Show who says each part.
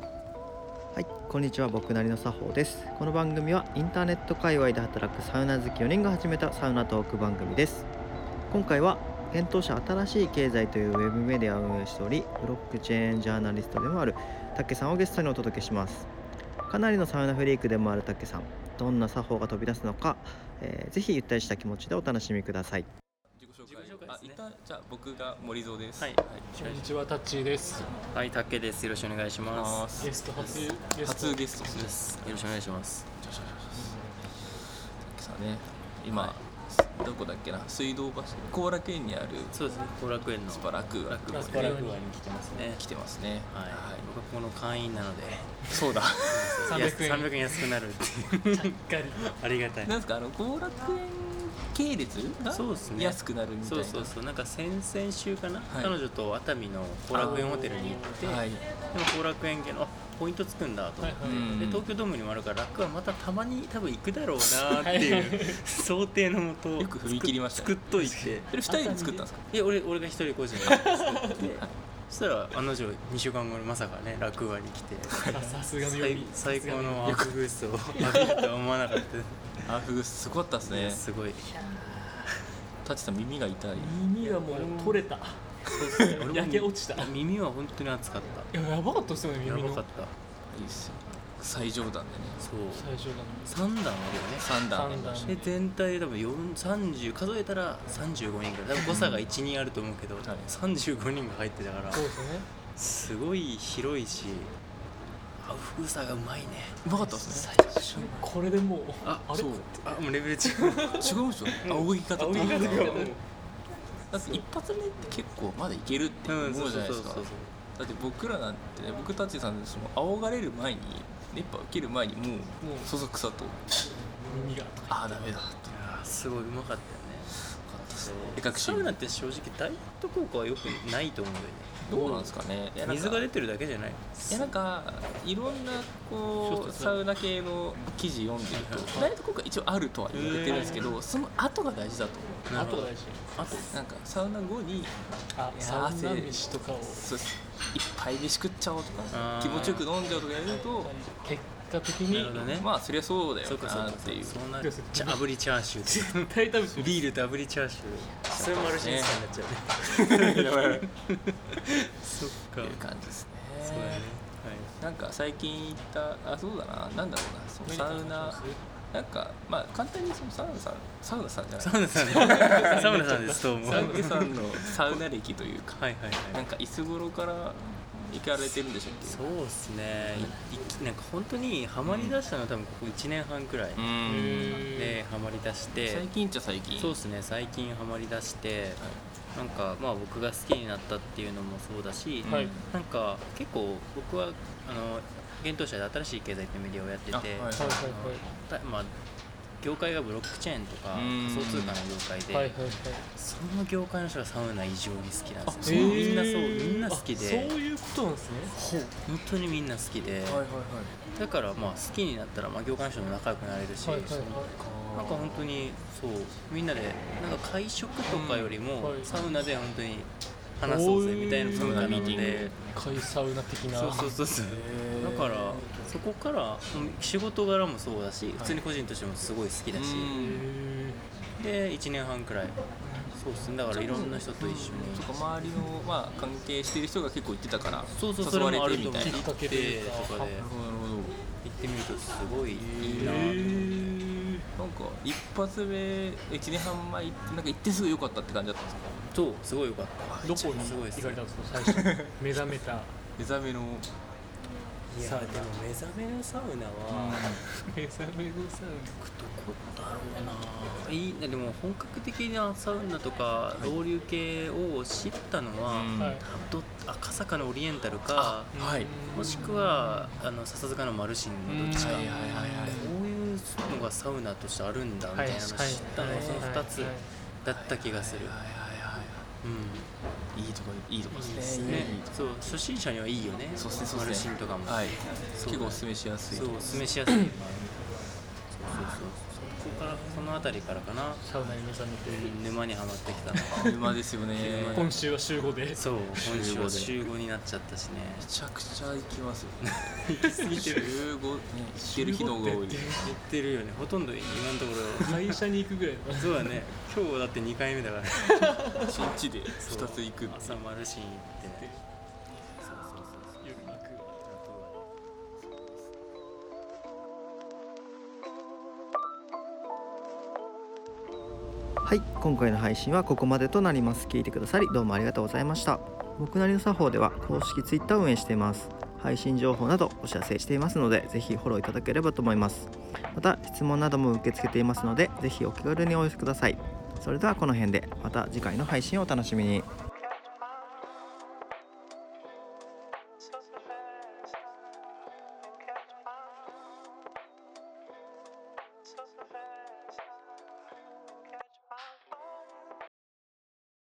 Speaker 1: はい、こんにちは。僕なりの作法です。この番組はインターネット界隈で働くサウナ好き4人が始めたサウナトーク番組です。今回は検討者新しい経済というウェブメディアを運営しており、ブロックチェーンジャーナリストでもある竹さんをゲストにお届けします。かなりのサウナフリークでもある竹さん、どんな作法が飛び出すのか、えーぜひゆったりした気持ちでお楽しみください。
Speaker 2: 自己紹
Speaker 3: 自己紹介ですね
Speaker 2: あ、いたじゃあ僕が森蔵です。
Speaker 3: はい
Speaker 2: お
Speaker 4: こん
Speaker 2: 願い
Speaker 4: に
Speaker 2: し
Speaker 4: ちは、タッチーです。
Speaker 3: はい、タッケです。よろしくお願いしま。
Speaker 2: ますす。
Speaker 4: ゲスト初ゲスト
Speaker 2: 初ゲストで。
Speaker 3: ですす。よろしくお願いします。
Speaker 2: さあね、今、どこだっけな、水道橋、後楽園にある
Speaker 3: そうですね。後楽園の
Speaker 2: スパラクーア
Speaker 3: 楽
Speaker 4: ラ
Speaker 3: 園
Speaker 4: ス
Speaker 3: に
Speaker 4: パ
Speaker 3: ね
Speaker 4: ラ
Speaker 3: は
Speaker 4: クーア
Speaker 3: い
Speaker 4: に来てますね。
Speaker 2: 来てますね。。
Speaker 3: 僕はここの会員なので、
Speaker 2: そうだ。
Speaker 4: 300
Speaker 3: 安
Speaker 4: 円
Speaker 3: 300円安くなるっていう
Speaker 4: しっかり。
Speaker 3: ありがたい
Speaker 2: な。んですかあの後楽園系列が
Speaker 3: そうですね
Speaker 2: 安くなるみたい
Speaker 3: そう
Speaker 2: な。
Speaker 3: そうそう。なんか先々週かな、
Speaker 2: はい
Speaker 3: 彼女と熱海の後楽園ホテルに行って、
Speaker 2: はい。
Speaker 3: でも後楽園系のあポイントつくんだと思
Speaker 4: は
Speaker 3: っ
Speaker 4: い
Speaker 3: て。
Speaker 4: はい。
Speaker 2: うん
Speaker 3: で東京ドームにもあるから楽はまたたまに多分行くだろうなっていう 想定のもと
Speaker 2: よく踏み切りましたね
Speaker 3: 作っと いて
Speaker 2: それ二人で作ったんですか
Speaker 3: いや俺俺が一人個人で作ってそしたら案の定2週間後にまさかね落語に来て
Speaker 4: ささすがの読
Speaker 3: 最
Speaker 4: み。
Speaker 3: 最高のアークブースを浴びるとは思わなかっ
Speaker 2: あ、ふぐすごかったです
Speaker 3: たね
Speaker 2: ね。
Speaker 3: すごい
Speaker 2: 舘さん耳が痛い。
Speaker 4: 耳がもう取れた。
Speaker 3: 俺も
Speaker 4: 焼け落ちた。い
Speaker 3: 耳は本当に熱かった
Speaker 4: や、やばかったですよね、
Speaker 3: や
Speaker 4: 耳
Speaker 3: ば
Speaker 4: の。
Speaker 3: かっ
Speaker 4: 最
Speaker 3: た
Speaker 2: いいっすよ。最上段でね。
Speaker 3: そう
Speaker 4: 初なの
Speaker 3: 3段あるよね
Speaker 2: 三段あり
Speaker 4: 三
Speaker 2: ま
Speaker 4: 段
Speaker 2: した。
Speaker 3: で全体で多分4 30数えたら35人ぐらい多分誤差が1人あると思うけど、
Speaker 2: い
Speaker 3: 35人が入ってたから
Speaker 4: そうですね。
Speaker 3: すごい広いしアウフグーサーがうまいね
Speaker 2: うまかったですね。
Speaker 4: これでもう、
Speaker 3: あ
Speaker 4: あれ
Speaker 2: そう。
Speaker 3: あも うレベル
Speaker 2: 違うん
Speaker 3: 違う
Speaker 2: ですよね。仰ぎ方と。
Speaker 3: 仰ぎ方が
Speaker 2: だって一発目って結構まだいけるって
Speaker 3: う
Speaker 2: 思
Speaker 3: んそう
Speaker 2: うじ
Speaker 3: そ
Speaker 2: ゃ
Speaker 3: う
Speaker 2: ないで
Speaker 3: そう
Speaker 2: すか
Speaker 3: そう
Speaker 2: だって僕らなんてね僕たちさんその仰がれる前に熱波受ける前にもう
Speaker 4: もう
Speaker 2: そそくさと
Speaker 4: 耳が。
Speaker 2: ああダメだと
Speaker 3: いやーすごいうまかったよね
Speaker 2: かったですね
Speaker 3: そう
Speaker 2: 絵描くシ
Speaker 3: サ
Speaker 2: ーン
Speaker 3: ウナって正直ダイエット効果はよくないと思うんだよね
Speaker 2: どうなんですかねいやなんか
Speaker 3: 水が出てるだけじゃない
Speaker 2: いやなんかいろんなこ
Speaker 3: そう
Speaker 2: う
Speaker 3: そう
Speaker 2: サウナ系の記事読んでる
Speaker 3: はい
Speaker 2: とダイエット効果一応あるとは言われてるんですけどその後が大事だと
Speaker 3: な
Speaker 4: あ
Speaker 3: る
Speaker 4: と
Speaker 3: ほど
Speaker 4: が大事。
Speaker 3: あと
Speaker 2: なんかサウナ後に
Speaker 4: あ、
Speaker 2: いや
Speaker 4: サウナ
Speaker 2: 汗
Speaker 4: 飯とかを。
Speaker 2: そういっぱい飯食っちゃおうと
Speaker 3: あ
Speaker 2: か
Speaker 3: ー
Speaker 2: 気持ちよく飲んじゃおうとかやると
Speaker 4: 結果的
Speaker 3: なるほど
Speaker 4: に、
Speaker 3: ね
Speaker 2: まあそりゃそうだよ
Speaker 3: そうかそう
Speaker 2: な
Speaker 3: か
Speaker 2: っていう
Speaker 3: そうなるじゃあ炙りチャーシュー
Speaker 4: 絶対食べてる。
Speaker 3: ビールと炙りチャーシューそれもマルシンスタになっちゃうね
Speaker 2: っていう
Speaker 3: そっか
Speaker 2: 感じです
Speaker 3: そうだね
Speaker 2: ねなんか最近行ったあそうだななんだろうなそのサウナなんかまあ簡単にそのサウナさんサウナさんじゃない
Speaker 3: はいサウナさんサウナさんですと思う
Speaker 2: サウナさんのサウナ歴というか
Speaker 3: はいはいは
Speaker 2: なん
Speaker 3: い
Speaker 2: かいつ頃から行かれてるんでしょ
Speaker 3: そううっすねいいなんか本当にハマりだしたのは多分ここ1年半くらい
Speaker 2: っけうん
Speaker 3: でハマりだして
Speaker 2: 最近っちゃ最近
Speaker 3: そう
Speaker 2: は
Speaker 3: っすね最近ハマりだしてなんかまあ僕が好きになったっていうのもそうだし
Speaker 2: い
Speaker 4: はい
Speaker 2: うん
Speaker 3: なんか結構僕はあの現当社で新しい経済ってメディアをやってて
Speaker 2: あはい
Speaker 4: はいは
Speaker 3: たまあ業界がブロックチェーンとか
Speaker 2: うん
Speaker 3: 仮想通貨の業界で、
Speaker 4: いはい。はいはいはい。
Speaker 3: その業界の人がサウナ異常に好きなんです
Speaker 2: そう
Speaker 3: よ、
Speaker 2: あ
Speaker 3: みんなそう
Speaker 4: へー
Speaker 3: みんな好きで
Speaker 4: あそういうことなんですね。
Speaker 3: ほう本当にみんな好きで、
Speaker 2: はいはいはい
Speaker 3: だからまあ好きになったらまあ業界の人も仲良くなれるし、
Speaker 4: はいはいはい
Speaker 3: なんか本当にそうみんなでなんか会食とかよりも、
Speaker 4: うんはい
Speaker 3: サウナで本当に話そうぜみたいな文化なの
Speaker 2: おー
Speaker 3: で
Speaker 4: 海サウナ的な
Speaker 3: そうそうそうそう
Speaker 2: へー
Speaker 3: だからそこからうん仕事柄もそうだし普通に個人としてもすごい好きだし、
Speaker 2: うん
Speaker 4: へ
Speaker 3: で1年半くらいそうっすねだからいろんな人と一緒に
Speaker 2: そっか周りのまあ関係してる人が結構行ってたから
Speaker 3: そうそうそ
Speaker 2: 誘
Speaker 3: れ
Speaker 2: われ
Speaker 3: もあ
Speaker 2: て
Speaker 3: る
Speaker 2: み
Speaker 3: と思
Speaker 2: た
Speaker 3: う
Speaker 2: いな
Speaker 4: きっかけというか
Speaker 3: とかで
Speaker 2: なるほどなるほど
Speaker 3: 行ってみるとすごいいいな
Speaker 4: え
Speaker 2: なんか一発目一年半前行ってなんか行ってすぐ良かったって感じだったんですか
Speaker 3: とすごい良かっ
Speaker 4: どこに
Speaker 3: すごいっす
Speaker 4: 行かれたんですか最初 目覚めた
Speaker 2: 目覚めの
Speaker 3: たいやでも目覚めのサウナは
Speaker 4: 目覚めのサ
Speaker 3: どこだろうないいでも本格的なサウナとか老流系を知ったの
Speaker 2: う
Speaker 3: は、
Speaker 2: ん
Speaker 4: はい
Speaker 3: ど赤坂のオリエンタルか
Speaker 4: ウナ
Speaker 2: はい
Speaker 4: うん
Speaker 3: もしくはあの笹塚のマルシンのどっちか、
Speaker 4: うんはい
Speaker 2: はいはいはい
Speaker 3: こういうのがサウナとしてあるんだみたいなのを知ったのはその2つ
Speaker 4: はい
Speaker 3: だった気がする、うん
Speaker 2: いいとこいいとこですね
Speaker 3: ね
Speaker 2: いいとこ、
Speaker 3: そう初心者にはいいよね。
Speaker 2: そうですねそう
Speaker 3: マ
Speaker 2: で
Speaker 3: ル
Speaker 2: す
Speaker 3: シ
Speaker 2: ね
Speaker 3: ンとかも。
Speaker 2: はい
Speaker 3: そう
Speaker 2: 結構おすすめしやすい
Speaker 3: そう、おすすめしやすい。そうそうそうそこからその辺りからかな
Speaker 4: サウナに目覚めて
Speaker 3: 沼にはまってきたの
Speaker 2: 沼ですよねめ
Speaker 4: 今週は週5で
Speaker 3: そう今週は
Speaker 2: 週
Speaker 3: 週5になっちゃったしね
Speaker 2: ちゃくちゃ行きますよね15ね行ってる日の方が多い
Speaker 4: 15って
Speaker 3: 言ってるよねほとんど今のとこ
Speaker 4: 会社に行くぐらいの
Speaker 3: ろそうだね今日だって2回目だから
Speaker 2: 一日で2つ行くって
Speaker 3: 朝丸シーン行ってそうそうそうそう
Speaker 4: 夜に行く
Speaker 1: はい今回の配信はここまでとなります聞いてくださりどうもありがとうございました僕なりの作法では公式 Twitter を運営しています配信情報などお知らせしていますのでぜひフォローいただければと思いますまた質問なども受け付けていますのでぜひお気軽にお寄せくださいそれではこの辺でまた次回の配信をお楽しみに